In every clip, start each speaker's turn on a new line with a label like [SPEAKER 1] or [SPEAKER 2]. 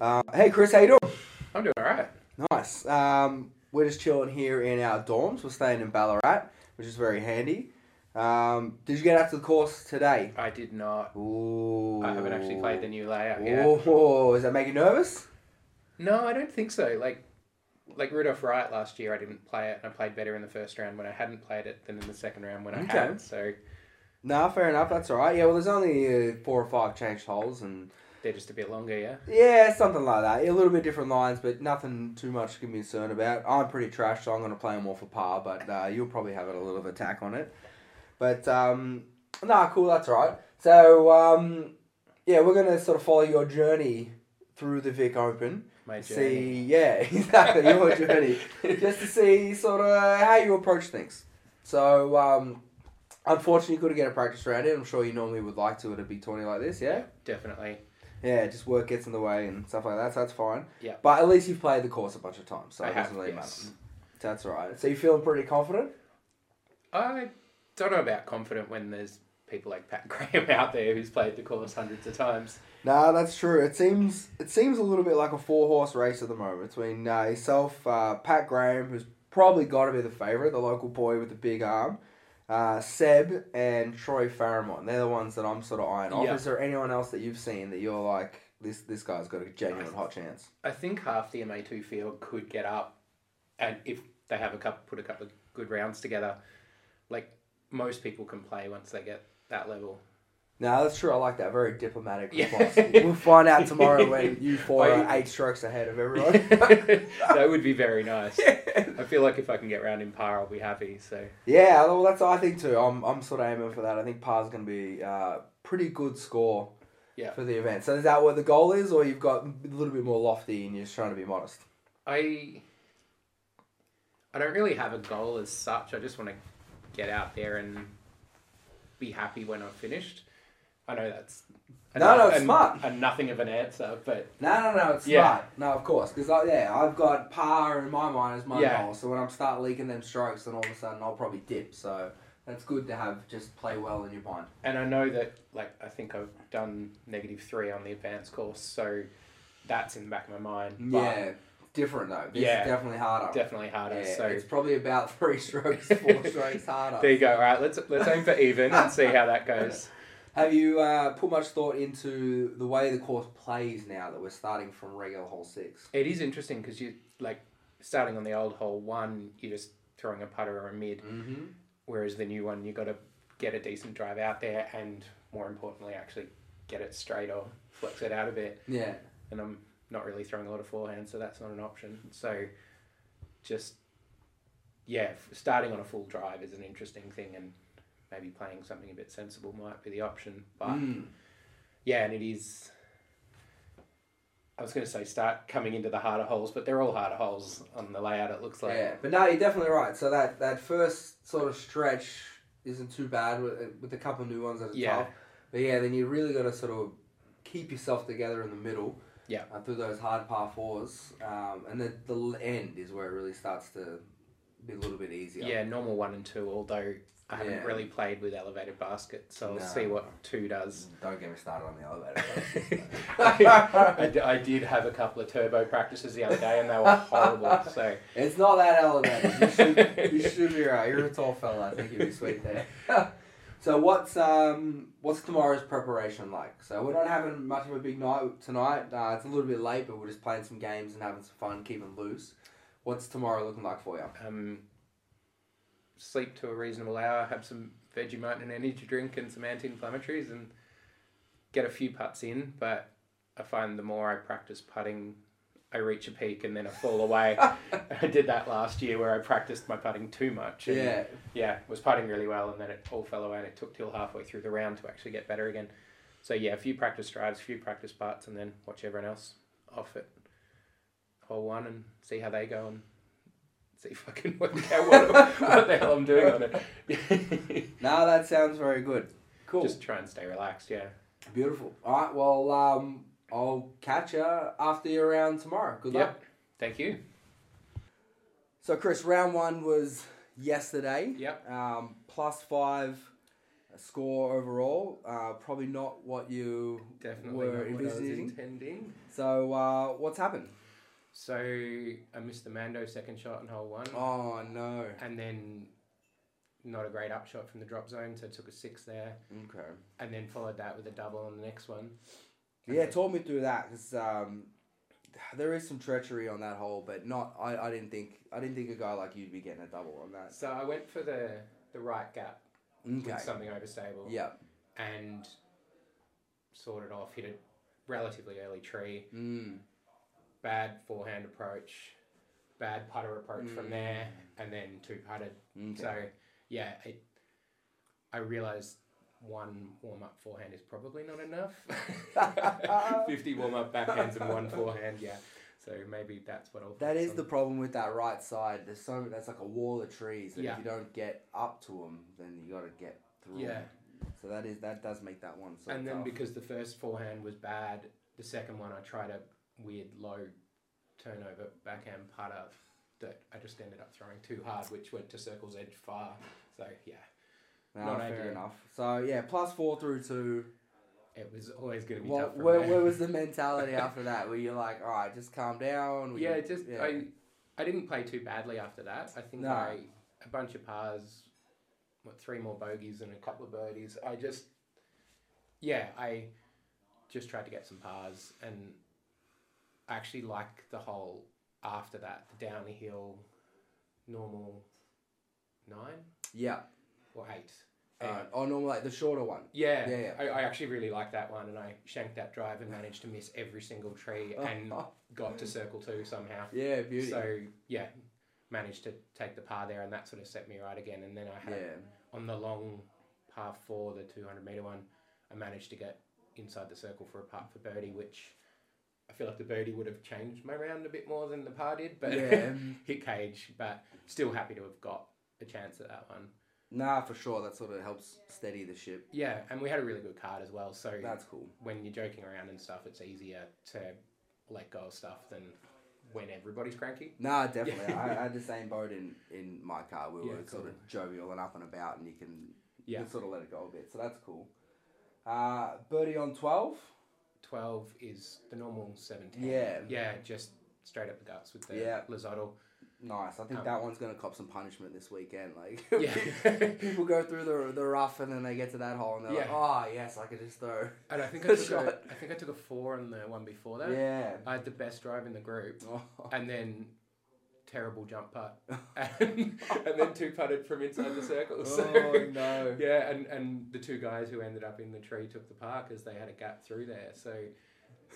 [SPEAKER 1] Uh, hey Chris, how you doing?
[SPEAKER 2] I'm doing all right.
[SPEAKER 1] Nice. Um, we're just chilling here in our dorms. We're staying in Ballarat, which is very handy. Um, did you get out to the course today?
[SPEAKER 2] I did not.
[SPEAKER 1] Ooh.
[SPEAKER 2] I haven't actually played the new layout yet.
[SPEAKER 1] Ooh, does that make you nervous?
[SPEAKER 2] No, I don't think so. Like, like Rudolph Wright last year, I didn't play it, and I played better in the first round when I hadn't played it than in the second round when I
[SPEAKER 1] Okay.
[SPEAKER 2] had. So
[SPEAKER 1] Nah, fair enough. That's all right. Yeah, well, there's only uh, four or five changed holes, and
[SPEAKER 2] they're just a bit longer, yeah.
[SPEAKER 1] yeah, something like that. A little bit different lines, but nothing too much to be concerned about. I'm pretty trash, so I'm going to play them all for par. But uh, you'll probably have a little of attack on it. But um, nah, cool. That's all right. So um, yeah, we're going to sort of follow your journey through the Vic Open.
[SPEAKER 2] My journey.
[SPEAKER 1] See, yeah, exactly your journey, just to see sort of how you approach things. So, um, unfortunately, you couldn't get a practice round in. I'm sure you normally would like to at a big tourney like this, yeah.
[SPEAKER 2] definitely.
[SPEAKER 1] Yeah, just work gets in the way and stuff like that. So that's fine.
[SPEAKER 2] Yeah.
[SPEAKER 1] But at least you've played the course a bunch of times, so
[SPEAKER 2] I
[SPEAKER 1] it
[SPEAKER 2] have.
[SPEAKER 1] doesn't really
[SPEAKER 2] yes.
[SPEAKER 1] matter. That's all right. So you feeling pretty confident?
[SPEAKER 2] I don't know about confident when there's people like Pat Graham out there who's played the course hundreds of times.
[SPEAKER 1] No, that's true. It seems it seems a little bit like a four horse race at the moment between uh, yourself, uh, Pat Graham, who's probably got to be the favourite, the local boy with the big arm, uh, Seb, and Troy Faramont. They're the ones that I'm sort of eyeing off.
[SPEAKER 2] Yeah.
[SPEAKER 1] Is there anyone else that you've seen that you're like this? This guy's got a genuine hot chance.
[SPEAKER 2] I think half the MA2 field could get up, and if they have a couple, put a couple of good rounds together, like most people can play once they get that level.
[SPEAKER 1] No, that's true. I like that. Very diplomatic
[SPEAKER 2] Yeah.
[SPEAKER 1] response. we'll find out tomorrow when you four are eight strokes ahead of everyone.
[SPEAKER 2] that would be very nice. I feel like if I can get round in par, I'll be happy. So
[SPEAKER 1] Yeah, well, that's what I think too. I'm, I'm sort of aiming for that. I think par's going to be uh, pretty good score
[SPEAKER 2] Yeah.
[SPEAKER 1] for the event. So is that what the goal is, or you've got a little bit more lofty and you're just trying to be modest?
[SPEAKER 2] I, I don't really have a goal as such. I just want to get out there and be happy when I'm finished. I know that's
[SPEAKER 1] No, no,
[SPEAKER 2] a-
[SPEAKER 1] it's smart.
[SPEAKER 2] A nothing of an answer, but
[SPEAKER 1] No, no, no, it's
[SPEAKER 2] Yeah.
[SPEAKER 1] smart. No, of course, because yeah, I've got par in my mind as my
[SPEAKER 2] Yeah.
[SPEAKER 1] goal. So when I start leaking them strokes, then all of a sudden I'll probably dip. So that's good to have. Just play well in your mind.
[SPEAKER 2] and I know that like I think I've done negative three on the advanced course, so that's in the back of my mind. But
[SPEAKER 1] yeah, different though. This
[SPEAKER 2] Yeah.
[SPEAKER 1] is definitely harder.
[SPEAKER 2] definitely harder.
[SPEAKER 1] Yeah,
[SPEAKER 2] so
[SPEAKER 1] it's probably about three strokes, four strokes harder.
[SPEAKER 2] there you go. All right, let's let's aim for even and see how that goes.
[SPEAKER 1] Have you uh, put much thought into the way the course plays now that we're starting from regular hole six?
[SPEAKER 2] It is interesting because you like starting on the old hole one, you're just throwing a putter or a mid,
[SPEAKER 1] Mm-hmm.
[SPEAKER 2] whereas the new one you got to get a decent drive out there and more importantly actually get it straight or flex it out a bit.
[SPEAKER 1] Yeah.
[SPEAKER 2] And I'm not really throwing a lot of forehand, so that's not an option. So just yeah, f- starting on a full drive is an interesting thing, and maybe playing something a bit sensible might be the option, but.
[SPEAKER 1] Mm.
[SPEAKER 2] Yeah, and it is. I was going to say start coming into the harder holes, but they're all harder holes on the layout. It looks like.
[SPEAKER 1] yeah, but no, you're definitely right. So that, that first sort of stretch isn't too bad with, uh, with a couple new ones at the
[SPEAKER 2] Yeah.
[SPEAKER 1] top. But yeah, then you really got to sort of keep yourself together in the middle.
[SPEAKER 2] Yeah.
[SPEAKER 1] Uh, through those hard par fours, um, and then the l- end is where it really starts to be a little bit easier.
[SPEAKER 2] Yeah, normal one and two. Although I haven't
[SPEAKER 1] Yeah.
[SPEAKER 2] really played with elevated basket, so I'll
[SPEAKER 1] No.
[SPEAKER 2] see what two does.
[SPEAKER 1] Don't get me started on the elevator.
[SPEAKER 2] I, d- I did have a couple of turbo practices the other day, and they were horrible. So
[SPEAKER 1] It's not that elevated. You should, you should be right. You're a tall fella. I think you'd be sweet there. so what's um what's tomorrow's preparation like? So we're not having much of a big night tonight. Uh, it's a little bit late, but we're just playing some games and having some fun, keeping loose. What's tomorrow looking like for you?
[SPEAKER 2] um, sleep to a reasonable hour, have some Vegemite and an energy drink and some anti-inflammatories, and get a few putts in. But I find the more I practice putting, I reach a peak and then I fall away. I did that last year where I practiced my putting too much. And
[SPEAKER 1] Yeah,
[SPEAKER 2] yeah, was putting really well, and then it all fell away, and it took till halfway through the round to actually get better again. So yeah, a few practice drives, a few practice putts, and then watch everyone else off it hole one and see how they go and see if I can work out what, what the hell I'm doing on it.
[SPEAKER 1] no, that sounds very good. Cool,
[SPEAKER 2] Just try and stay relaxed. Yeah,
[SPEAKER 1] beautiful. All right, well, um, I'll catch you after your round tomorrow. Good luck.
[SPEAKER 2] Yep. Thank you.
[SPEAKER 1] So Chris, round one was yesterday.
[SPEAKER 2] Yep.
[SPEAKER 1] Um, plus five score overall, uh, probably not what you
[SPEAKER 2] Definitely
[SPEAKER 1] were
[SPEAKER 2] not what I was
[SPEAKER 1] envisioning.
[SPEAKER 2] intending.
[SPEAKER 1] So uh, what's happened?
[SPEAKER 2] So I missed the Mando second shot in hole one,
[SPEAKER 1] Oh no.
[SPEAKER 2] and then not a great upshot from the drop zone, so took a six there,
[SPEAKER 1] Okay.
[SPEAKER 2] and then followed that with a double on the next one. And
[SPEAKER 1] Yeah,
[SPEAKER 2] then-
[SPEAKER 1] talk me through that because um, there is some treachery on that hole, but not. I, I didn't think I didn't think a guy like you'd be getting a double on that.
[SPEAKER 2] So I went for the the right gap with
[SPEAKER 1] Okay.
[SPEAKER 2] something overstable,
[SPEAKER 1] Yeah.
[SPEAKER 2] and sorted off. Hit a relatively early tree.
[SPEAKER 1] Mm.
[SPEAKER 2] Bad forehand approach, bad putter approach from there, and then two putted.
[SPEAKER 1] Mm. Okay.
[SPEAKER 2] So yeah, it, I realised one warm up forehand is probably not enough. Fifty warm up backhands and one forehand, yeah. So maybe that's what I'll.
[SPEAKER 1] That
[SPEAKER 2] focus
[SPEAKER 1] is
[SPEAKER 2] on.
[SPEAKER 1] the problem with that right side. There's so that's like a wall of trees. That
[SPEAKER 2] Yeah.
[SPEAKER 1] If you don't get up to them, then you got to get through. 'em.
[SPEAKER 2] Yeah.
[SPEAKER 1] So that is that does make that one. So
[SPEAKER 2] and then
[SPEAKER 1] tough.
[SPEAKER 2] because the first forehand was bad, the second one I tried a weird low turnover backhand putter that I just ended up throwing too hard, which went to circle's edge far. So yeah,
[SPEAKER 1] No,
[SPEAKER 2] not
[SPEAKER 1] fair
[SPEAKER 2] ideal.
[SPEAKER 1] enough. So yeah, plus four through two.
[SPEAKER 2] it was always going to be tough.
[SPEAKER 1] What
[SPEAKER 2] From
[SPEAKER 1] where,
[SPEAKER 2] there.
[SPEAKER 1] where was the mentality after that? Were you like, all right, just calm down? Were
[SPEAKER 2] yeah,
[SPEAKER 1] you-
[SPEAKER 2] it just
[SPEAKER 1] yeah.
[SPEAKER 2] I, I didn't play too badly after that. I think
[SPEAKER 1] No.
[SPEAKER 2] I a bunch of pars, what three more bogeys and a couple of birdies. I just, yeah, I just tried to get some pars, and I actually like the whole after that the downhill, normal, nine
[SPEAKER 1] yeah.
[SPEAKER 2] or eight.
[SPEAKER 1] Uh, oh, normal like the shorter one.
[SPEAKER 2] Yeah,
[SPEAKER 1] Yeah, yeah.
[SPEAKER 2] I, I actually really liked that one, and I shanked that drive and managed to miss every single tree and got to circle two somehow.
[SPEAKER 1] Yeah, beauty.
[SPEAKER 2] So yeah, managed to take the par there, and that sort of set me right again. And then I had
[SPEAKER 1] yeah.
[SPEAKER 2] on the long par four, the two hundred meter one, I managed to get inside the circle for a putt for birdie, which I feel like the birdie would have changed my round a bit more than the par did, but
[SPEAKER 1] Yeah.
[SPEAKER 2] hit cage. But still happy to have got a chance at that one.
[SPEAKER 1] Nah, for sure. That sort of helps steady the ship.
[SPEAKER 2] Yeah, and we had a really good card as well. So
[SPEAKER 1] That's cool.
[SPEAKER 2] when you're joking around and stuff, it's easier to let go of stuff than when everybody's cranky.
[SPEAKER 1] Nah, definitely. I, I had the same boat in, in my car. We
[SPEAKER 2] Yeah,
[SPEAKER 1] were sort of jovial and up and about, and you can, you
[SPEAKER 2] Yeah.
[SPEAKER 1] can sort of let it go a bit. So that's cool. Uh, birdie on 12.
[SPEAKER 2] 12 is the normal 17.
[SPEAKER 1] Yeah.
[SPEAKER 2] Yeah, just straight up the guts with the
[SPEAKER 1] Yeah.
[SPEAKER 2] Lozado.
[SPEAKER 1] Nice. I think
[SPEAKER 2] Um,
[SPEAKER 1] that one's going to cop some punishment this weekend. Like,
[SPEAKER 2] Yeah.
[SPEAKER 1] people go through the, the rough and then they get to that hole and they're like,
[SPEAKER 2] Yeah.
[SPEAKER 1] oh, yes, I could just throw.
[SPEAKER 2] And I think I,
[SPEAKER 1] The
[SPEAKER 2] took
[SPEAKER 1] shot.
[SPEAKER 2] a, I think I took a four on the one before that.
[SPEAKER 1] Yeah.
[SPEAKER 2] I had the best drive in the group
[SPEAKER 1] Oh,
[SPEAKER 2] and then terrible jump putt. and, and then two putted from inside the circle. So,
[SPEAKER 1] Oh, no.
[SPEAKER 2] yeah, and, and the two guys who ended up in the tree took the par because they had a gap through there. So,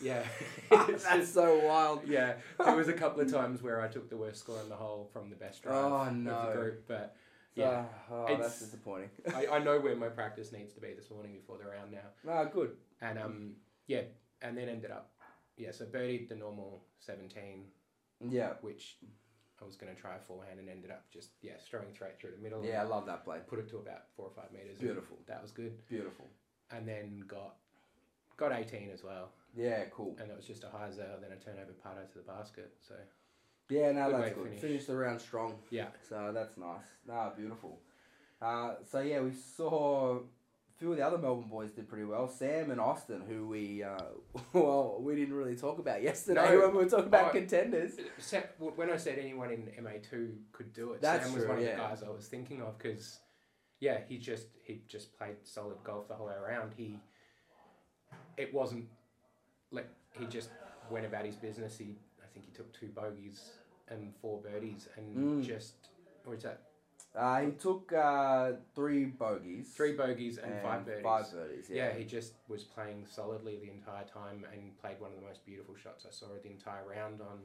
[SPEAKER 2] yeah. it's
[SPEAKER 1] Ah, That's so wild.
[SPEAKER 2] Yeah, there was a couple of times where I took the worst score on the whole from the best drive
[SPEAKER 1] Oh,
[SPEAKER 2] of
[SPEAKER 1] no.
[SPEAKER 2] the group, but yeah,
[SPEAKER 1] Yeah. oh, that's
[SPEAKER 2] It's-
[SPEAKER 1] disappointing.
[SPEAKER 2] I, I know where my practice needs to be this morning before the round now,
[SPEAKER 1] no, good.
[SPEAKER 2] and um, yeah, and then ended up, yeah, so birdied the normal seventeen,
[SPEAKER 1] Yeah.
[SPEAKER 2] which I was going to try a forehand and ended up just yeah, throwing straight through the middle.
[SPEAKER 1] Yeah, I love that play.
[SPEAKER 2] put it to about four or five meters. and
[SPEAKER 1] Beautiful.
[SPEAKER 2] That was good,
[SPEAKER 1] Beautiful.
[SPEAKER 2] and then got got eighteen as well,
[SPEAKER 1] Yeah, cool.
[SPEAKER 2] and it was just a high zero, then a turnover putter to the basket. So
[SPEAKER 1] Yeah, no,
[SPEAKER 2] Good way
[SPEAKER 1] that's
[SPEAKER 2] to
[SPEAKER 1] good.
[SPEAKER 2] finish.
[SPEAKER 1] Finish the round strong.
[SPEAKER 2] yeah,
[SPEAKER 1] So that's nice. Nah, beautiful. Uh, so yeah, we saw a few of the other Melbourne boys did pretty well. Sam and Austin, who we uh, well we didn't really talk about yesterday
[SPEAKER 2] No.
[SPEAKER 1] when we were talking about
[SPEAKER 2] Oh.
[SPEAKER 1] contenders.
[SPEAKER 2] Sa- w when I said anyone in MA2 could do it,
[SPEAKER 1] That's
[SPEAKER 2] Sam was
[SPEAKER 1] true,
[SPEAKER 2] one of
[SPEAKER 1] yeah.
[SPEAKER 2] the guys I was thinking of because, yeah, he just he just played solid golf the whole way around. He, it wasn't, like he just went about his business. He I think he took two bogeys and four birdies and
[SPEAKER 1] Mm.
[SPEAKER 2] just or is that
[SPEAKER 1] Uh, he took uh, three bogeys,
[SPEAKER 2] three bogeys and, five birdies.
[SPEAKER 1] five birdies. Yeah,
[SPEAKER 2] yeah. he just was playing solidly the entire time and played one of the most beautiful shots I saw the entire round on.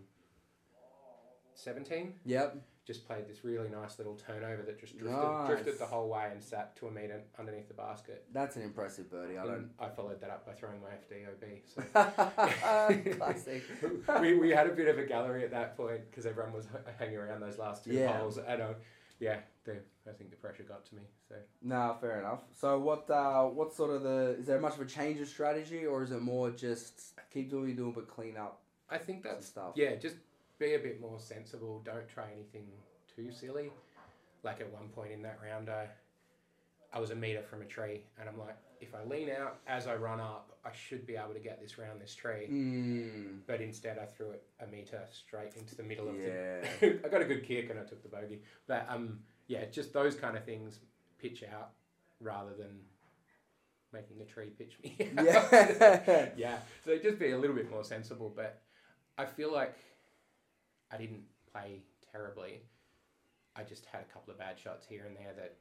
[SPEAKER 2] Seventeen.
[SPEAKER 1] yep.
[SPEAKER 2] just played this really nice little turnover that just drifted,
[SPEAKER 1] Nice.
[SPEAKER 2] drifted the whole way and sat to a metre underneath the basket.
[SPEAKER 1] That's an impressive birdie. I don't.
[SPEAKER 2] And I followed that up by throwing my FDOB. So
[SPEAKER 1] Classic.
[SPEAKER 2] we, we had a bit of a gallery at that point because everyone was h- hanging around those last two
[SPEAKER 1] Yeah.
[SPEAKER 2] holes. And uh, yeah, the, I think the pressure got to me. So
[SPEAKER 1] Nah, fair enough. So what? Uh, what sort of the? Is there much of a change of strategy, or is it more just keep doing what you're doing but clean up
[SPEAKER 2] I think
[SPEAKER 1] some
[SPEAKER 2] that's
[SPEAKER 1] stuff?
[SPEAKER 2] Yeah, just be a bit more sensible. Don't try anything too silly. Like at one point in that round, I, I was a meter from a tree, and I'm like, if I lean out as I run up, I should be able to get this round this tree.
[SPEAKER 1] Mm.
[SPEAKER 2] But instead, I threw it a meter straight into the middle of the
[SPEAKER 1] Yeah.
[SPEAKER 2] I got a good kick and I took the bogey. But um, yeah, just those kind of things pitch out rather than making the tree pitch me. Out.
[SPEAKER 1] Yeah.
[SPEAKER 2] yeah. So just be a little bit more sensible. But I feel like I didn't play terribly. I just had a couple of bad shots here and there that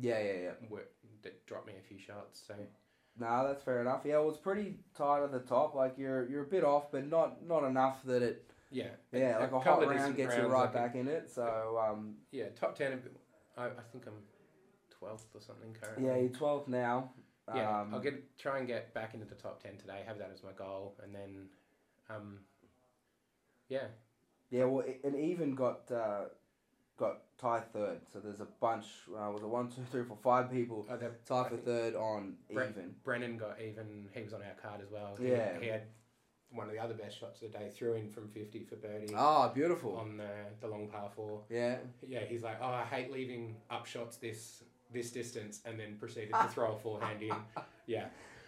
[SPEAKER 1] Yeah, yeah, yeah.
[SPEAKER 2] were that dropped me a few shots. So
[SPEAKER 1] No, that's fair enough. Yeah, well, it's pretty tight at the top. Like you're you're a bit off, but not not enough that it.
[SPEAKER 2] yeah,
[SPEAKER 1] Yeah, like a
[SPEAKER 2] couple
[SPEAKER 1] hot
[SPEAKER 2] of
[SPEAKER 1] round
[SPEAKER 2] decent
[SPEAKER 1] gets you
[SPEAKER 2] rounds,
[SPEAKER 1] right
[SPEAKER 2] I think-
[SPEAKER 1] back in it. So um,
[SPEAKER 2] Yeah, top ten. of- I, I think I'm twelfth or something currently.
[SPEAKER 1] yeah, you're 12 now.
[SPEAKER 2] Yeah,
[SPEAKER 1] um,
[SPEAKER 2] I'll get try and get back into the top ten today. Have that as my goal, and then, um, yeah,
[SPEAKER 1] Yeah, well, i- and even got uh, got tied third. So there's a bunch. Uh, was it one, two, three, four, five people
[SPEAKER 2] oh, the,
[SPEAKER 1] tied
[SPEAKER 2] I
[SPEAKER 1] for
[SPEAKER 2] think
[SPEAKER 1] third on
[SPEAKER 2] Brett-
[SPEAKER 1] even.
[SPEAKER 2] Brennan got even. He was on our card as well. He,
[SPEAKER 1] Yeah.
[SPEAKER 2] he had one of the other best shots of the day. Threw in from fifty for birdie
[SPEAKER 1] Ah, beautiful.
[SPEAKER 2] on the the long par four.
[SPEAKER 1] Yeah.
[SPEAKER 2] Yeah, he's like, oh, I hate leaving up shots this this distance, and then proceeded to throw a forehand in. Yeah,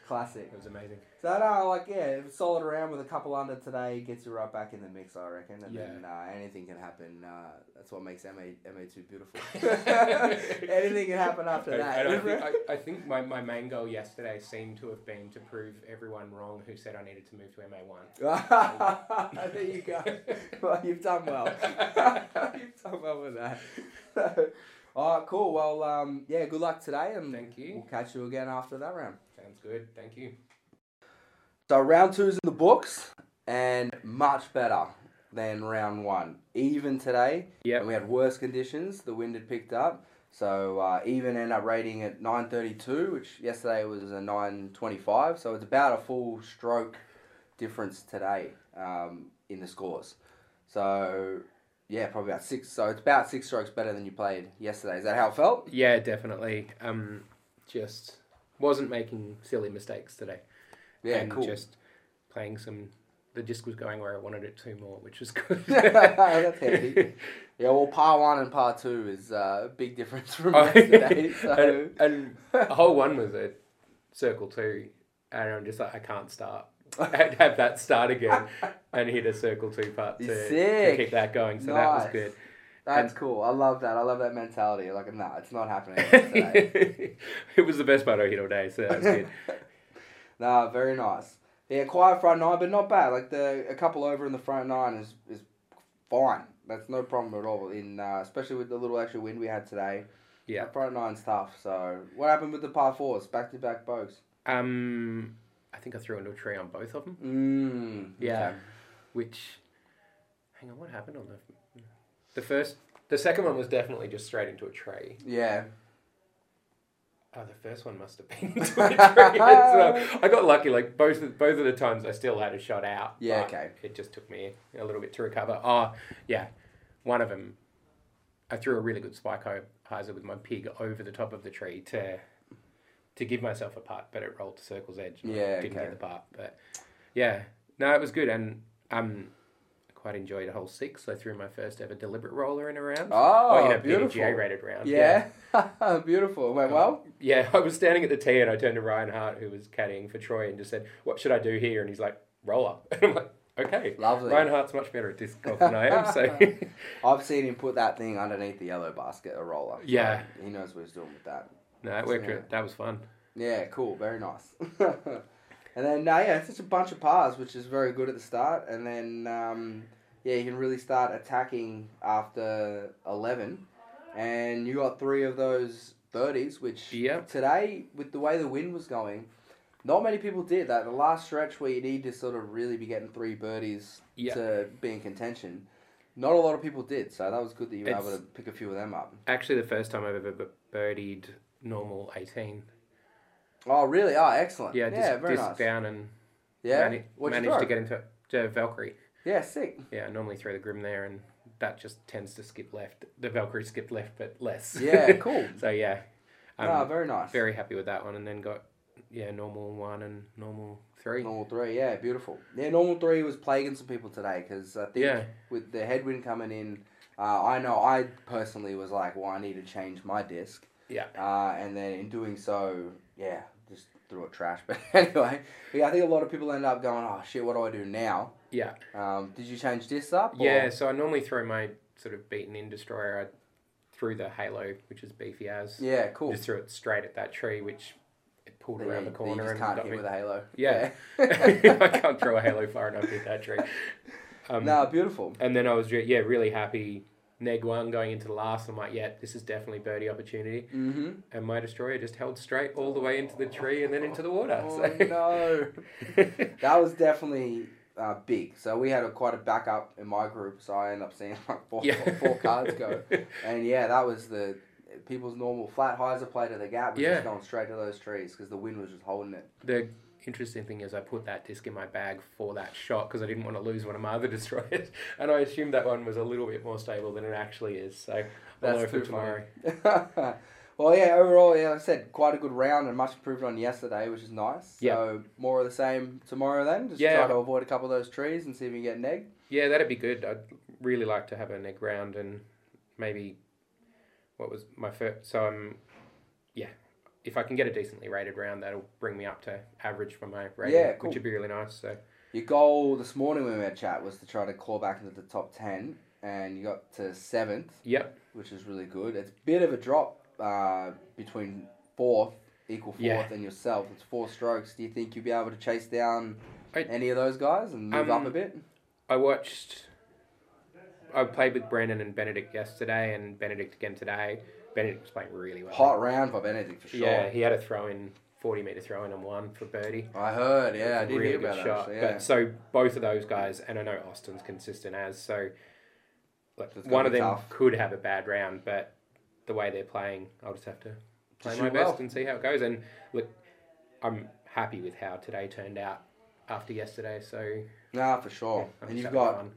[SPEAKER 1] Classic.
[SPEAKER 2] it was amazing.
[SPEAKER 1] So no, like yeah, if a solid round with a couple under today gets you right back in the mix, I reckon. And
[SPEAKER 2] Yeah.
[SPEAKER 1] then uh, anything can happen. Uh, that's what makes MA MA two beautiful. anything can happen after
[SPEAKER 2] And-
[SPEAKER 1] that.
[SPEAKER 2] and I, think, I, I think my, my main goal yesterday seemed to have been to prove everyone wrong who said I needed to move to MA1.
[SPEAKER 1] Ah, there you go. Well, you've done well. you've done well with that. So, all right, cool. Well, um, yeah, good luck today, and
[SPEAKER 2] Thank
[SPEAKER 1] we'll
[SPEAKER 2] you.
[SPEAKER 1] catch you again after that round.
[SPEAKER 2] Sounds good. Thank you.
[SPEAKER 1] So round two's in the books, and much better than round one. Even today,
[SPEAKER 2] Yep.
[SPEAKER 1] and we had worse conditions. The wind had picked up, so uh, even ended up rating at nine thirty-two, which yesterday was a nine twenty-five. So it's about a full stroke difference today um, in the scores. So yeah, probably about six. So it's about six strokes better than you played yesterday. Is that how it felt?
[SPEAKER 2] Yeah, definitely. Um, just wasn't making silly mistakes today.
[SPEAKER 1] Yeah,
[SPEAKER 2] and
[SPEAKER 1] cool.
[SPEAKER 2] just playing some. The disc was going where I wanted it to more, which was good.
[SPEAKER 1] That's handy. Yeah, well, par one and par two is uh, a big difference from
[SPEAKER 2] Oh,
[SPEAKER 1] yesterday. So
[SPEAKER 2] and, and a whole one was a circle two, and I'm just like, I can't start. I'd have that start again and hit a circle two putt to,
[SPEAKER 1] You're
[SPEAKER 2] to
[SPEAKER 1] sick.
[SPEAKER 2] keep that going. So that was
[SPEAKER 1] Nice.
[SPEAKER 2] good.
[SPEAKER 1] that's cool. I love that. I love that mentality. Like, nah, it's not happening today.
[SPEAKER 2] it was the best putt I hit all day, so that was good.
[SPEAKER 1] nah, very nice. Yeah, quiet front nine, but not bad. Like the a couple over in the front nine is is fine. That's no problem at all. In uh, especially with the little extra wind we had today.
[SPEAKER 2] Yeah.
[SPEAKER 1] The front nine's tough. So what happened with the par fours? Back to back bows.
[SPEAKER 2] Um, I think I threw into a tree on both of them,
[SPEAKER 1] Mm.
[SPEAKER 2] Yeah.
[SPEAKER 1] okay.
[SPEAKER 2] which, hang on, what happened on the, the first, the second one was definitely just straight into a tree.
[SPEAKER 1] Yeah.
[SPEAKER 2] Oh, the first one must have been 23 as well. I got lucky. Like both of, both of the times, I still had a shot out.
[SPEAKER 1] Yeah,
[SPEAKER 2] but
[SPEAKER 1] okay.
[SPEAKER 2] It just took me a little bit to recover. Oh, yeah. One of them, I threw a really good spike ho- hyzer with my pig over the top of the tree to to give myself a putt, but it rolled to circle's edge. and I
[SPEAKER 1] Yeah,
[SPEAKER 2] didn't
[SPEAKER 1] okay.
[SPEAKER 2] get the putt. But yeah, no, it was good, and um, I quite enjoyed a whole six. I threw my first ever deliberate roller in a round.
[SPEAKER 1] Oh,
[SPEAKER 2] Or in a
[SPEAKER 1] beautiful.
[SPEAKER 2] PDGA rated round.
[SPEAKER 1] Yeah. Beautiful. It Went well.
[SPEAKER 2] Yeah, I was standing at the tee and I turned to Ryan Hart, who was caddying for Troy, and just said, What should I do here? And he's like, Roll up. And I'm like, Okay.
[SPEAKER 1] Lovely.
[SPEAKER 2] Ryan Hart's much better at disc golf than I am. So,
[SPEAKER 1] I've seen him put that thing underneath the yellow basket, a roller.
[SPEAKER 2] Yeah.
[SPEAKER 1] He knows what he's doing with that.
[SPEAKER 2] no, it worked.
[SPEAKER 1] Yeah.
[SPEAKER 2] That was fun.
[SPEAKER 1] Yeah, cool. Very nice. and then, no, yeah, it's just a bunch of pars, which is very good at the start. And then, um, yeah, you can really start attacking after 11. And you got three of those 30s, which
[SPEAKER 2] Yeah.
[SPEAKER 1] today, with the way the wind was going, not many people did that. The last stretch where you need to sort of really be getting three birdies
[SPEAKER 2] Yeah.
[SPEAKER 1] to be in contention, not a lot of people did. So that was good that you were
[SPEAKER 2] It's-
[SPEAKER 1] able to pick a few of them up.
[SPEAKER 2] Actually, the first time I've ever b- birdied normal 18.
[SPEAKER 1] Oh, really? Oh, excellent.
[SPEAKER 2] Yeah,
[SPEAKER 1] Yeah,
[SPEAKER 2] disc,
[SPEAKER 1] very
[SPEAKER 2] disc
[SPEAKER 1] nice.
[SPEAKER 2] down and
[SPEAKER 1] Yeah,
[SPEAKER 2] mani-
[SPEAKER 1] What'd you
[SPEAKER 2] managed to
[SPEAKER 1] throw?
[SPEAKER 2] get into to Valkyrie.
[SPEAKER 1] Yeah, sick.
[SPEAKER 2] Yeah, I normally throw the Grim there, and that just tends to skip left. The Valkyrie skipped left, but less.
[SPEAKER 1] Yeah, cool.
[SPEAKER 2] so, yeah. Um,
[SPEAKER 1] ah, very nice.
[SPEAKER 2] very happy with that one and then got yeah normal one and normal three
[SPEAKER 1] normal three. Yeah, beautiful. Yeah, normal three was plaguing some people today because I think
[SPEAKER 2] yeah
[SPEAKER 1] with the headwind coming in, uh, I know I personally was like, well, I need to change my disc.
[SPEAKER 2] Yeah.
[SPEAKER 1] Uh, and then in doing so, yeah, just threw it trash. But anyway, but yeah, I think a lot of people end up going, oh shit, what do I do now?
[SPEAKER 2] Yeah.
[SPEAKER 1] Um, did you change this up? or-
[SPEAKER 2] Yeah, so I normally throw my sort of beaten in destroyer. I threw the halo, which is beefy as.
[SPEAKER 1] Yeah, cool.
[SPEAKER 2] Just threw it straight at that tree, which it pulled
[SPEAKER 1] That
[SPEAKER 2] around
[SPEAKER 1] you-
[SPEAKER 2] the
[SPEAKER 1] that
[SPEAKER 2] corner
[SPEAKER 1] you just
[SPEAKER 2] and
[SPEAKER 1] can't
[SPEAKER 2] got
[SPEAKER 1] hit
[SPEAKER 2] me.
[SPEAKER 1] with a halo.
[SPEAKER 2] Yeah.
[SPEAKER 1] Yeah.
[SPEAKER 2] I can't throw a halo far enough to hit that tree. Um,
[SPEAKER 1] no, beautiful.
[SPEAKER 2] And then I was re- yeah really happy. Neg one going into the last. I'm like, yeah, this is definitely birdie opportunity.
[SPEAKER 1] Mm-hmm.
[SPEAKER 2] And my destroyer just held straight all the way into the tree and then into the water.
[SPEAKER 1] Oh
[SPEAKER 2] so.
[SPEAKER 1] no. That was definitely uh, big. So we had a, quite a backup in my group. So I ended up seeing like four, four cards go. And yeah, that was the people's normal flat hyzer play to the gap was
[SPEAKER 2] Yeah.
[SPEAKER 1] just going straight to those trees because the wind was just holding it.
[SPEAKER 2] The interesting thing is, I put that disc in my bag for that shot because I didn't want to lose one of my other destroyers, and I assumed that one was a little bit more stable than it actually is. So I'll know
[SPEAKER 1] That's
[SPEAKER 2] for
[SPEAKER 1] too
[SPEAKER 2] tomorrow.
[SPEAKER 1] funny. well, yeah. Overall, yeah, like I said quite a good round and much improved on yesterday, which is nice.
[SPEAKER 2] Yeah.
[SPEAKER 1] So more of the same tomorrow then. Just
[SPEAKER 2] Yeah.
[SPEAKER 1] try to avoid a couple of those trees and see if we can get an egg.
[SPEAKER 2] Yeah, that'd be good. I'd really like to have an egg round and maybe what was my first. So I'm, yeah, if I can get a decently rated round, that'll bring me up to average for my rating,
[SPEAKER 1] Yeah, cool.
[SPEAKER 2] which would be really nice. So
[SPEAKER 1] Your goal this morning when we had chat was to try to claw back into the top ten, and you got to seventh,
[SPEAKER 2] yep,
[SPEAKER 1] which is really good. It's a bit of a drop uh, between fourth, equal fourth,
[SPEAKER 2] Yeah.
[SPEAKER 1] and yourself. It's four strokes. Do you think you'll be able to chase down
[SPEAKER 2] I-
[SPEAKER 1] any of those guys and move
[SPEAKER 2] Um,
[SPEAKER 1] up a bit?
[SPEAKER 2] I watched. I played with Brandon and Benedict yesterday, and Benedict again today. Benedict was playing really well.
[SPEAKER 1] Hot round for Benedict for sure.
[SPEAKER 2] Yeah, he had a throw in, forty meter throw in, and one for birdie.
[SPEAKER 1] I heard. Yeah, I
[SPEAKER 2] It's a
[SPEAKER 1] did hear about that. actually, yeah.
[SPEAKER 2] But so both of those guys, and I know Austin's consistent as so. Like
[SPEAKER 1] That's gonna
[SPEAKER 2] one of
[SPEAKER 1] be
[SPEAKER 2] them
[SPEAKER 1] tough.
[SPEAKER 2] could have a bad round, but the way they're playing, I'll just have to play
[SPEAKER 1] shoot
[SPEAKER 2] my best
[SPEAKER 1] well.
[SPEAKER 2] and see how it goes. And look, I'm happy with how today turned out after yesterday. So
[SPEAKER 1] Nah, for sure.
[SPEAKER 2] I'm
[SPEAKER 1] and you've
[SPEAKER 2] just having
[SPEAKER 1] got
[SPEAKER 2] fun.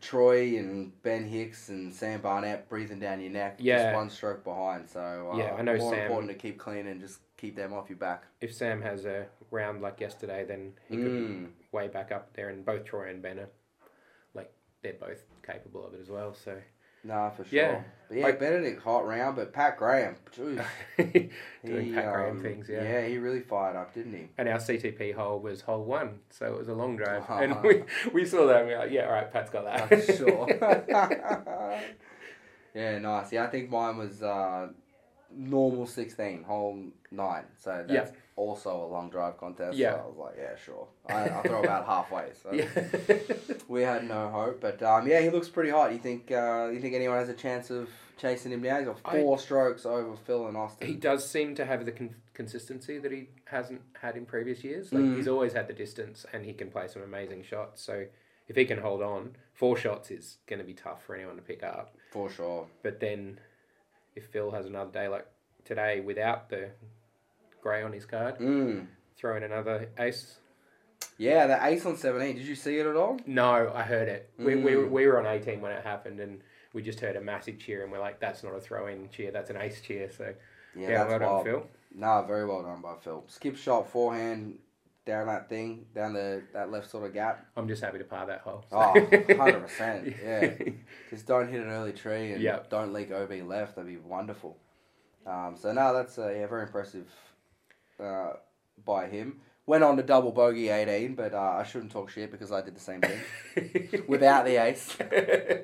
[SPEAKER 1] Troy and Ben Hicks and Sam Barnett breathing down your neck.
[SPEAKER 2] Yeah.
[SPEAKER 1] Just one stroke behind. So uh,
[SPEAKER 2] Yeah, I know
[SPEAKER 1] more
[SPEAKER 2] Sam-
[SPEAKER 1] important to keep clean and just keep them off your back.
[SPEAKER 2] if Sam has a round like yesterday, then he could
[SPEAKER 1] Mm.
[SPEAKER 2] be way back up there. And both Troy and Ben are like they're both capable of it as well. So
[SPEAKER 1] Nah, for sure.
[SPEAKER 2] Yeah.
[SPEAKER 1] Yeah. But yeah,
[SPEAKER 2] Like-
[SPEAKER 1] Benedict hot round, but Pat Graham, jeez,
[SPEAKER 2] doing
[SPEAKER 1] he,
[SPEAKER 2] Pat Graham
[SPEAKER 1] um,
[SPEAKER 2] things, yeah.
[SPEAKER 1] he really fired up, didn't he?
[SPEAKER 2] and our CTP hole was hole one, so it was a long drive,
[SPEAKER 1] Ah.
[SPEAKER 2] and we, we saw that and we were like, yeah, all right, Pat's got that.
[SPEAKER 1] I'm sure. yeah, nice. Yeah, I think mine was uh, normal sixteen, whole nine. So that's
[SPEAKER 2] Yeah.
[SPEAKER 1] also a long drive contest.
[SPEAKER 2] Yeah.
[SPEAKER 1] So I was like, yeah, sure. I, I throw about halfway. So
[SPEAKER 2] yeah.
[SPEAKER 1] we had no hope, but um, yeah, he looks pretty hot. You think uh, you think anyone has a chance of chasing him down? He's got
[SPEAKER 2] I-
[SPEAKER 1] four strokes over Phil and Austin.
[SPEAKER 2] he does seem to have the con- consistency that he hasn't had in previous years. Like
[SPEAKER 1] Mm.
[SPEAKER 2] he's always had the distance, and he can play some amazing shots. So if he can hold on, four shots is going to be tough for anyone to pick up.
[SPEAKER 1] for sure.
[SPEAKER 2] But then, if Phil has another day like today without the grey on his card,
[SPEAKER 1] Mm.
[SPEAKER 2] throw in another ace.
[SPEAKER 1] Yeah, the ace on 17. Did you see it at all?
[SPEAKER 2] No, I heard it. We, we,
[SPEAKER 1] Mm.
[SPEAKER 2] we were on 18 when it happened, and we just heard a massive cheer, and we're like, that's not a throw in cheer, that's an ace cheer. So, yeah, well done,
[SPEAKER 1] wild.
[SPEAKER 2] Phil.
[SPEAKER 1] Nah, very well done by Phil. Skip shot, forehand, down that thing, down the that left sort of gap.
[SPEAKER 2] I'm just happy to par that hole. so.
[SPEAKER 1] Oh, 100%. Yeah. Just don't hit an early tree and
[SPEAKER 2] Yep.
[SPEAKER 1] don't leak OB left. That'd be wonderful. Um, so, no, that's uh, yeah, very impressive uh, by him. Went on to double bogey 18, but uh, I shouldn't talk shit because I did the same thing without the ace.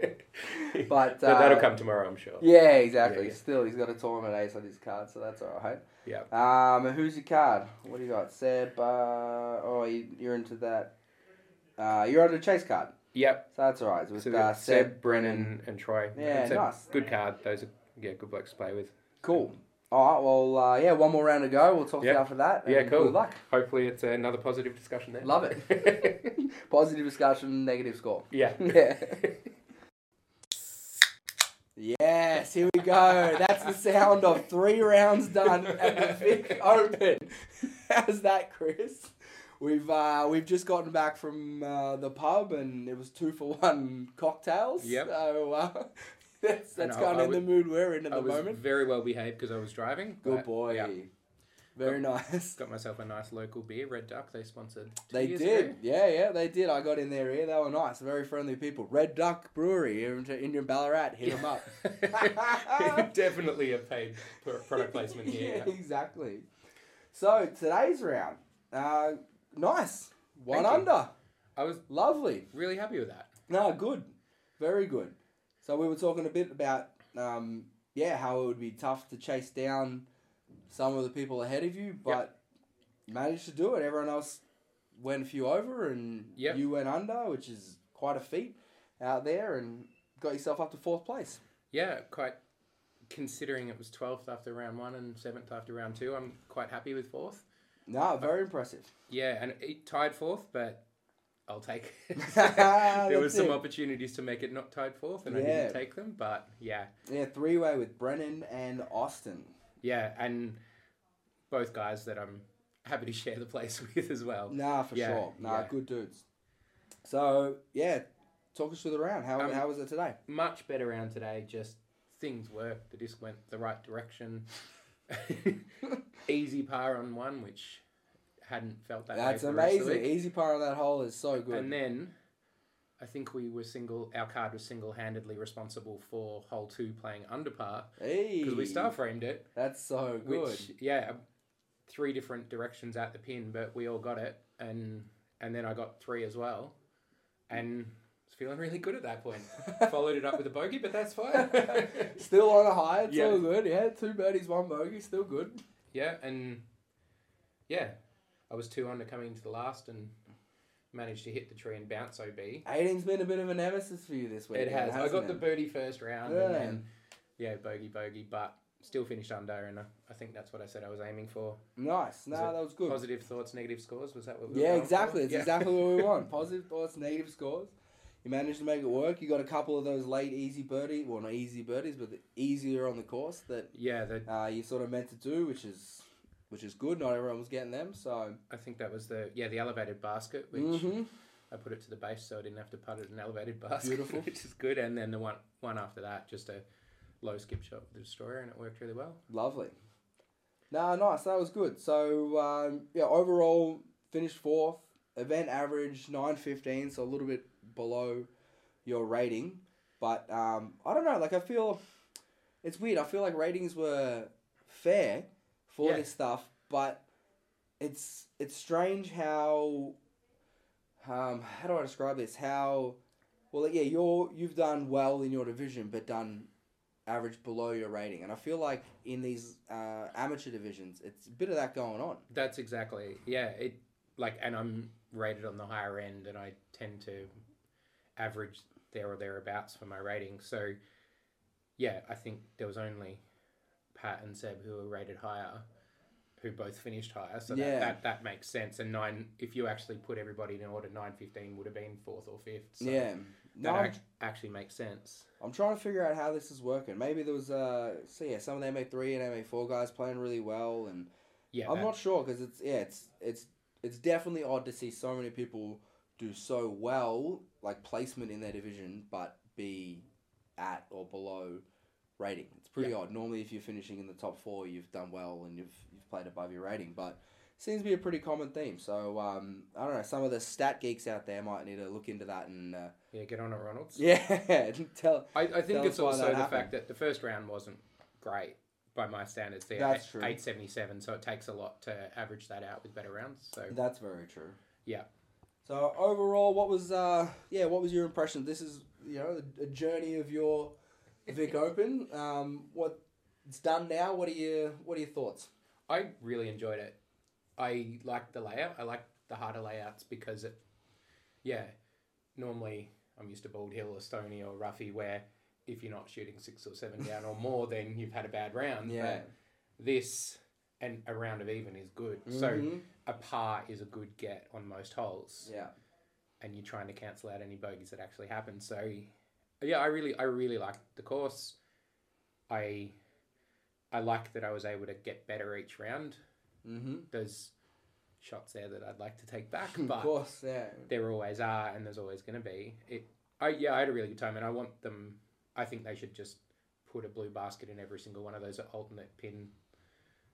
[SPEAKER 2] but,
[SPEAKER 1] But, uh,
[SPEAKER 2] that'll come tomorrow, I'm sure.
[SPEAKER 1] Yeah, exactly.
[SPEAKER 2] Yeah, yeah.
[SPEAKER 1] Still, he's got a tournament ace on his card, so that's all right.
[SPEAKER 2] Yeah.
[SPEAKER 1] Um, who's your card? What do you got? Seb. Uh, oh, you, you're into that. Uh, you're on the chase card,
[SPEAKER 2] Yep.
[SPEAKER 1] so that's all right. It's with
[SPEAKER 2] So
[SPEAKER 1] uh, Seb, Brennan.
[SPEAKER 2] Brennan, and Troy.
[SPEAKER 1] Yeah,
[SPEAKER 2] And Seb,
[SPEAKER 1] nice.
[SPEAKER 2] Good card. Those are yeah, good blokes to play with.
[SPEAKER 1] Cool. All right. Well, uh, yeah, one more round to go. We'll talk to
[SPEAKER 2] Yeah.
[SPEAKER 1] you after that.
[SPEAKER 2] Yeah,
[SPEAKER 1] and
[SPEAKER 2] cool.
[SPEAKER 1] Good luck.
[SPEAKER 2] Hopefully, it's another positive discussion there.
[SPEAKER 1] Love it. Positive discussion, negative score.
[SPEAKER 2] yeah.
[SPEAKER 1] Yeah. Yes, here we go. That's the sound of three rounds done at the Vic Open. How's that, Chris? We've uh, we've just gotten back from uh, the pub and it was two for one cocktails.
[SPEAKER 2] Yep.
[SPEAKER 1] So uh, that's that's
[SPEAKER 2] I-
[SPEAKER 1] kind
[SPEAKER 2] I
[SPEAKER 1] of the mood we're in at
[SPEAKER 2] I
[SPEAKER 1] the
[SPEAKER 2] was
[SPEAKER 1] moment.
[SPEAKER 2] very well behaved because I was driving.
[SPEAKER 1] Good
[SPEAKER 2] but,
[SPEAKER 1] boy.
[SPEAKER 2] yeah.
[SPEAKER 1] Very nice.
[SPEAKER 2] Got myself a nice local beer, Red Duck. They sponsored. two
[SPEAKER 1] They
[SPEAKER 2] years
[SPEAKER 1] did.
[SPEAKER 2] ago.
[SPEAKER 1] Yeah, yeah, they did. I got in their ear. They were nice. Very friendly people. Red Duck Brewery here in Indian Ballarat. Hit them up.
[SPEAKER 2] Definitely a paid pro- product placement here.
[SPEAKER 1] yeah, exactly. So today's round, uh, nice. One
[SPEAKER 2] Thank you.
[SPEAKER 1] under.
[SPEAKER 2] I was
[SPEAKER 1] Lovely.
[SPEAKER 2] really happy with that.
[SPEAKER 1] No, good. Very good. So we were talking a bit about, um, yeah, how it would be tough to chase down some of the people ahead of you, but managed to do it. Everyone else went a few over, and
[SPEAKER 2] Yep.
[SPEAKER 1] you went under, which is quite a feat out there, and got yourself up to fourth place.
[SPEAKER 2] Yeah, quite. Considering it was twelfth after round one and seventh after round two, I'm quite happy with fourth.
[SPEAKER 1] No, very impressive.
[SPEAKER 2] Yeah, and it tied fourth, but I'll take it. there
[SPEAKER 1] That's
[SPEAKER 2] was some
[SPEAKER 1] it.
[SPEAKER 2] opportunities to make it not tied fourth, and I
[SPEAKER 1] Yeah.
[SPEAKER 2] didn't take them. But yeah,
[SPEAKER 1] Yeah, three way with Brennan and Austin.
[SPEAKER 2] yeah, and both guys that I'm happy to share the place with as well.
[SPEAKER 1] Nah, for
[SPEAKER 2] Yeah,
[SPEAKER 1] sure. Nah,
[SPEAKER 2] yeah.
[SPEAKER 1] good dudes. So yeah, talk us through the round. How
[SPEAKER 2] Um,
[SPEAKER 1] how was it today?
[SPEAKER 2] Much better round today. Just things worked. The disc went the right direction. Easy par on one, which hadn't felt that.
[SPEAKER 1] That's
[SPEAKER 2] way for the rest of the
[SPEAKER 1] amazing.
[SPEAKER 2] week.
[SPEAKER 1] Easy part of that hole is so good.
[SPEAKER 2] And then I think we were single, our card was single handedly responsible for hole two playing under par
[SPEAKER 1] hey,
[SPEAKER 2] because we star framed it,
[SPEAKER 1] That's so good.
[SPEAKER 2] which, yeah, three different directions at the pin, but we all got it. And, and then I got three as well. And was feeling really good at that point. Followed it up with a bogey, but that's fine.
[SPEAKER 1] still on a high. It's
[SPEAKER 2] Yeah.
[SPEAKER 1] all good. Yeah, two birdies, one bogey. Still good.
[SPEAKER 2] yeah, and yeah, I was two under coming into the last and managed to hit the tree and bounce OB.
[SPEAKER 1] 18's been a bit of a nemesis for you this week.
[SPEAKER 2] It has. I got the
[SPEAKER 1] it?
[SPEAKER 2] birdie first round
[SPEAKER 1] Yeah.
[SPEAKER 2] and then yeah, bogey bogey, but still finished under and I, I think that's what I said I was aiming for.
[SPEAKER 1] nice. No,
[SPEAKER 2] Was it
[SPEAKER 1] that was good.
[SPEAKER 2] Positive thoughts, negative scores, was that what we were
[SPEAKER 1] Yeah,
[SPEAKER 2] going
[SPEAKER 1] exactly.
[SPEAKER 2] for?
[SPEAKER 1] It's
[SPEAKER 2] Yeah.
[SPEAKER 1] exactly what we want. Positive thoughts, negative scores. You managed to make it work. You got a couple of those late easy birdie, well not easy birdies, but the easier on the course that
[SPEAKER 2] yeah, the,
[SPEAKER 1] uh, you sort of meant to do, which is which is good. Not everyone was getting them, so
[SPEAKER 2] I think that was the yeah, the elevated basket which
[SPEAKER 1] Mhm.
[SPEAKER 2] I put it to the base so I didn't have to putt it an elevated basket.
[SPEAKER 1] Beautiful.
[SPEAKER 2] Which is good. And then the one one after that, just a low skip shot with the destroyer and it worked really well.
[SPEAKER 1] lovely. No, nice. That was good. So um, yeah, overall finished fourth. Event average nine fifteen, so a little bit below your rating, but um, I don't know. Like I feel it's weird. I feel like ratings were fair for
[SPEAKER 2] Yeah.
[SPEAKER 1] this stuff, but it's it's strange how um, how do I describe this? How well, like, yeah, you're you've done well in your division, but done average below your rating, and I feel like in these uh, amateur divisions, it's a bit of that going on.
[SPEAKER 2] That's exactly yeah. It like and I'm rated on the higher end, and I tend to average there or thereabouts for my rating. So yeah, I think there was only Pat and Seb who were rated higher, who both finished higher. So
[SPEAKER 1] Yeah.
[SPEAKER 2] that, that that makes sense. And nine, if you actually put everybody in order, nine fifteen would have been fourth or fifth. So
[SPEAKER 1] yeah, no,
[SPEAKER 2] that
[SPEAKER 1] I'm-
[SPEAKER 2] act- actually makes sense.
[SPEAKER 1] I'm trying to figure out how this is working. Maybe there was uh, so yeah, some of the MA three and MA four guys playing really well, and
[SPEAKER 2] Yeah,
[SPEAKER 1] I'm
[SPEAKER 2] that-
[SPEAKER 1] not sure because it's yeah, it's it's it's definitely odd to see so many people do so well, like placement in their division, but be at or below rating. It's pretty odd. Normally, if you're finishing in the top four, you've done well and you've you've played above your rating, but. Seems to be a pretty common theme, so um, I don't know. Some of the stat geeks out there might need to look into that and uh,
[SPEAKER 2] yeah. Get on it, Ronalds.
[SPEAKER 1] yeah, tell.
[SPEAKER 2] I, I think
[SPEAKER 1] Tell
[SPEAKER 2] it's
[SPEAKER 1] us why
[SPEAKER 2] also
[SPEAKER 1] that
[SPEAKER 2] the
[SPEAKER 1] happened.
[SPEAKER 2] fact that the first round wasn't great by my standards. They're
[SPEAKER 1] That's true.
[SPEAKER 2] Eight seventy seven, so it takes a lot to average that out with better rounds. So
[SPEAKER 1] That's very true.
[SPEAKER 2] yeah,
[SPEAKER 1] So overall, what was uh yeah, what was your impression? This is you know a journey of your Vic Open. Um, what it's done now. What are your what are your thoughts?
[SPEAKER 2] I really enjoyed it. I liked the layout. I liked the harder layouts because it, yeah, normally I'm used to Bald Hill or Stony or Ruffy where if you're not shooting six or seven down or more, then you've had a bad round.
[SPEAKER 1] Yeah.
[SPEAKER 2] But this and a round of even is good. So
[SPEAKER 1] Mhm.
[SPEAKER 2] a par is a good get on most holes.
[SPEAKER 1] Yeah,
[SPEAKER 2] and you're trying to cancel out any bogeys that actually happened. So yeah, I really I really liked the course. I I liked that I was able to get better each round.
[SPEAKER 1] mm-hmm.
[SPEAKER 2] There's shots there that I'd like to take back,
[SPEAKER 1] of
[SPEAKER 2] but
[SPEAKER 1] course. Yeah,
[SPEAKER 2] there always are and there's always gonna be. It I yeah, I had a really good time and I want them I think they should just put a blue basket in every single one of those alternate pin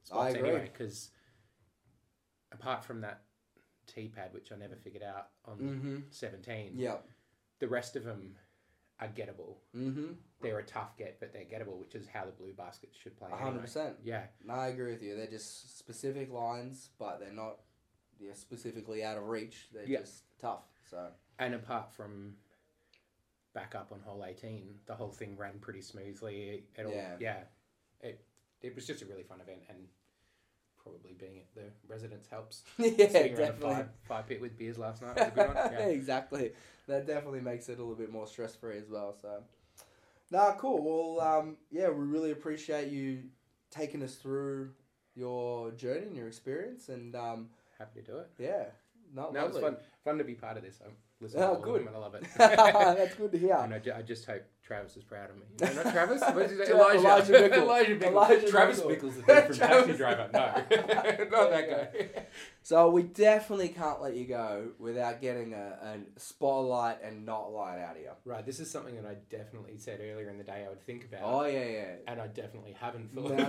[SPEAKER 2] spots
[SPEAKER 1] agree.
[SPEAKER 2] anyway, because apart from that tee pad, which I never figured out on
[SPEAKER 1] Mm-hmm.
[SPEAKER 2] 17,
[SPEAKER 1] Yep.
[SPEAKER 2] the rest of them are gettable.
[SPEAKER 1] Mm-hmm.
[SPEAKER 2] They're a tough get, but they're gettable, which is how the blue baskets should play.
[SPEAKER 1] A hundred
[SPEAKER 2] anyway.
[SPEAKER 1] percent.
[SPEAKER 2] Yeah,
[SPEAKER 1] No, I agree with you. They're just specific lines, but they're not yeah, specifically out of reach. They're
[SPEAKER 2] Yeah.
[SPEAKER 1] just tough. So
[SPEAKER 2] and apart from back up on hole 18, the whole thing ran pretty smoothly. It all,
[SPEAKER 1] Yeah.
[SPEAKER 2] yeah. It, it was just a really fun event, and probably being at the residence helps.
[SPEAKER 1] yeah,
[SPEAKER 2] Sitting around a
[SPEAKER 1] definitely.
[SPEAKER 2] five, five pit with beers last night was a good one. Yeah.
[SPEAKER 1] exactly. That definitely makes it a little bit more stress free as well. So, nah, cool. Well, um, yeah, we really appreciate you taking us through your journey and your experience, and um,
[SPEAKER 2] Happy to do it.
[SPEAKER 1] yeah, not
[SPEAKER 2] No, it was
[SPEAKER 1] lovely.
[SPEAKER 2] fun. Fun to be part of this. I'm listening
[SPEAKER 1] Oh,
[SPEAKER 2] to all
[SPEAKER 1] good.
[SPEAKER 2] of them and I love it.
[SPEAKER 1] That's good to hear.
[SPEAKER 2] and I, ju- I just hope Travis is proud of me. No, not Travis. What did you say?
[SPEAKER 1] Tra-
[SPEAKER 2] Elijah.
[SPEAKER 1] Elijah Bickle.
[SPEAKER 2] Elijah Bickle.
[SPEAKER 1] Elijah
[SPEAKER 2] Travis
[SPEAKER 1] Bickle.
[SPEAKER 2] Bickle's the dude from Taxi
[SPEAKER 1] Travis-
[SPEAKER 2] Driver. No, not that guy.
[SPEAKER 1] So we definitely can't let you go without getting a, a spotlight and not light out of you.
[SPEAKER 2] Right, this is something that I definitely said earlier in the day I would think about,
[SPEAKER 1] Oh yeah, yeah.
[SPEAKER 2] and I definitely haven't
[SPEAKER 1] No,
[SPEAKER 2] thought
[SPEAKER 1] no,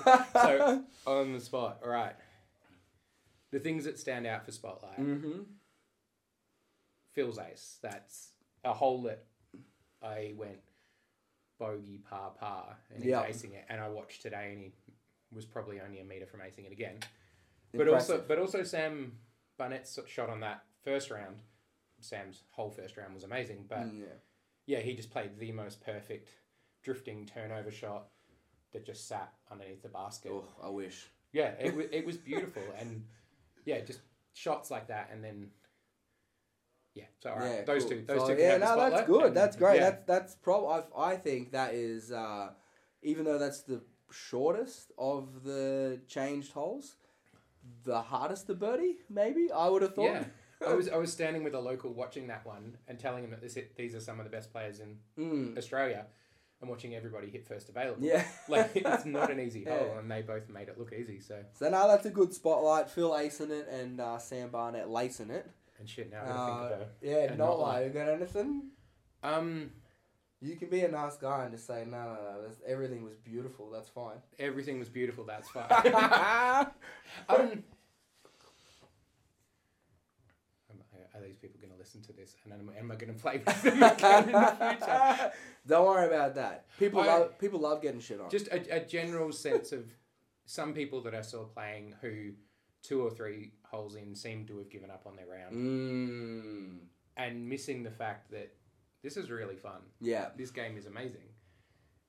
[SPEAKER 2] about
[SPEAKER 1] no.
[SPEAKER 2] So- on the spot. All right. The things that stand out for Spotlight.
[SPEAKER 1] mm-hmm.
[SPEAKER 2] Phil's ace. That's a hole that I went bogey par par and he's
[SPEAKER 1] Yeah.
[SPEAKER 2] acing it. And I watched today and he was probably only a meter from acing it again. But also, but also Sam Barnett's shot on that first round. Sam's whole first round was amazing, but
[SPEAKER 1] yeah.
[SPEAKER 2] yeah, he just played the most perfect drifting turnover shot that just sat underneath the basket.
[SPEAKER 1] Oh, I wish.
[SPEAKER 2] Yeah, it, w- it was beautiful, and yeah, just shots like that, and then yeah. So all right,
[SPEAKER 1] Yeah,
[SPEAKER 2] those
[SPEAKER 1] cool.
[SPEAKER 2] two, those
[SPEAKER 1] So,
[SPEAKER 2] two. Can
[SPEAKER 1] Yeah,
[SPEAKER 2] have
[SPEAKER 1] no,
[SPEAKER 2] the
[SPEAKER 1] that's
[SPEAKER 2] spotlight,
[SPEAKER 1] good.
[SPEAKER 2] and-
[SPEAKER 1] That's great.
[SPEAKER 2] yeah.
[SPEAKER 1] That's that's probably. I think that is, uh, even though that's the shortest of the changed holes, the hardest to birdie. Maybe I would have thought.
[SPEAKER 2] yeah. I was I was standing with a local watching that one and telling him that this these are some of the best players in
[SPEAKER 1] Mm.
[SPEAKER 2] Australia, and watching everybody hit first available.
[SPEAKER 1] Yeah.
[SPEAKER 2] like it's not an easy
[SPEAKER 1] Yeah.
[SPEAKER 2] hole, and they both made it look easy. So
[SPEAKER 1] So now that's a good spotlight. Phil acing it and uh, Sam Barnett lacing it.
[SPEAKER 2] and shit. Now I gotta think
[SPEAKER 1] Uh,
[SPEAKER 2] about. it.
[SPEAKER 1] yeah,
[SPEAKER 2] and
[SPEAKER 1] not
[SPEAKER 2] not
[SPEAKER 1] like you got anything.
[SPEAKER 2] Um,
[SPEAKER 1] You can be a nice guy and just say no, no, no. That's, everything was beautiful. That's fine.
[SPEAKER 2] everything was beautiful. That's fine. Um, am- are these people going to listen to this? And am, am I going to play with them again in the future?
[SPEAKER 1] Don't worry about that. People
[SPEAKER 2] I-
[SPEAKER 1] love people love getting shit on.
[SPEAKER 2] Just a, a general sense of some people that I saw playing who two or three holes in seemed to have given up on their round
[SPEAKER 1] Mm.
[SPEAKER 2] and missing the fact that this is really fun.
[SPEAKER 1] Yeah.
[SPEAKER 2] This game is amazing.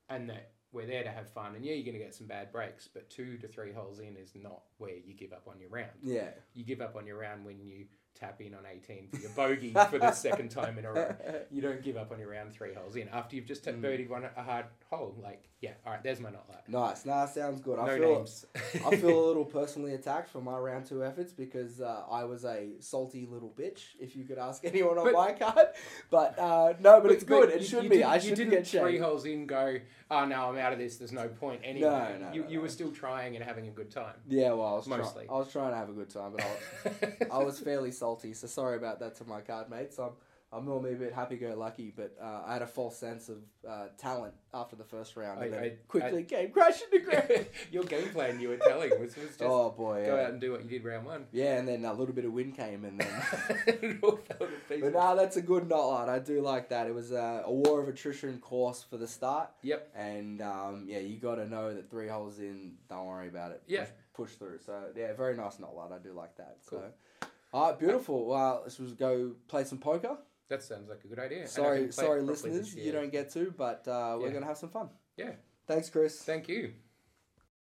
[SPEAKER 2] And that we're there to have fun. And yeah, you're going to get some bad breaks, but two to three holes in is not where you give up on your round.
[SPEAKER 1] Yeah.
[SPEAKER 2] you give up on your round when you tap in on 18 for your bogey for the second time in a row. You don't give up on your round three holes in after you've just
[SPEAKER 1] Mm.
[SPEAKER 2] t- birdied one a hard hole. Like, yeah, all right, there's my not like.
[SPEAKER 1] nice. Nah, sounds good. I
[SPEAKER 2] No
[SPEAKER 1] feel
[SPEAKER 2] names.
[SPEAKER 1] I feel a little personally attacked for my round two efforts because uh, I was a salty little bitch. If you could ask anyone on
[SPEAKER 2] But-
[SPEAKER 1] my card, but uh, no, but, it's good. it
[SPEAKER 2] you-
[SPEAKER 1] should
[SPEAKER 2] you
[SPEAKER 1] be.
[SPEAKER 2] didn't-
[SPEAKER 1] I
[SPEAKER 2] you
[SPEAKER 1] should
[SPEAKER 2] didn't
[SPEAKER 1] get
[SPEAKER 2] three
[SPEAKER 1] shamed.
[SPEAKER 2] holes in go. Oh no, I'm out of this. There's no point anyway.
[SPEAKER 1] no,
[SPEAKER 2] you
[SPEAKER 1] no,
[SPEAKER 2] you
[SPEAKER 1] no.
[SPEAKER 2] were still trying and having a good time.
[SPEAKER 1] Yeah, well, I was try-
[SPEAKER 2] Mostly.
[SPEAKER 1] I was trying to have a good time, but I was, I was fairly salty, so sorry about that to my card mates. I'm I'm normally a bit happy-go-lucky, but uh, I had a false sense of uh, talent after the first round, and
[SPEAKER 2] I-
[SPEAKER 1] then
[SPEAKER 2] I-
[SPEAKER 1] quickly came crashing to ground.
[SPEAKER 2] your game plan you were telling was, was just
[SPEAKER 1] oh boy,
[SPEAKER 2] go
[SPEAKER 1] yeah.
[SPEAKER 2] out and do what you did round one.
[SPEAKER 1] yeah, and then a little bit of wind came, and then.
[SPEAKER 2] It all fell to
[SPEAKER 1] But uh,
[SPEAKER 2] pieces.
[SPEAKER 1] no, that's a good knot line. I do like that. It was a, a war of attrition course for the start.
[SPEAKER 2] Yep.
[SPEAKER 1] And um, yeah, you got to know that three holes in, don't worry about it.
[SPEAKER 2] Yeah.
[SPEAKER 1] Push, push through. So yeah, very nice knot line. I do like that.
[SPEAKER 2] Cool.
[SPEAKER 1] So. All right, beautiful. Well, this was go play some poker.
[SPEAKER 2] That sounds like a good idea. And I can play
[SPEAKER 1] Sorry,
[SPEAKER 2] it
[SPEAKER 1] sorry,
[SPEAKER 2] properly this
[SPEAKER 1] listeners, you
[SPEAKER 2] year.
[SPEAKER 1] don't get to, but uh, we're
[SPEAKER 2] Yeah.
[SPEAKER 1] gonna have some fun.
[SPEAKER 2] Yeah.
[SPEAKER 1] Thanks, Chris.
[SPEAKER 2] Thank you.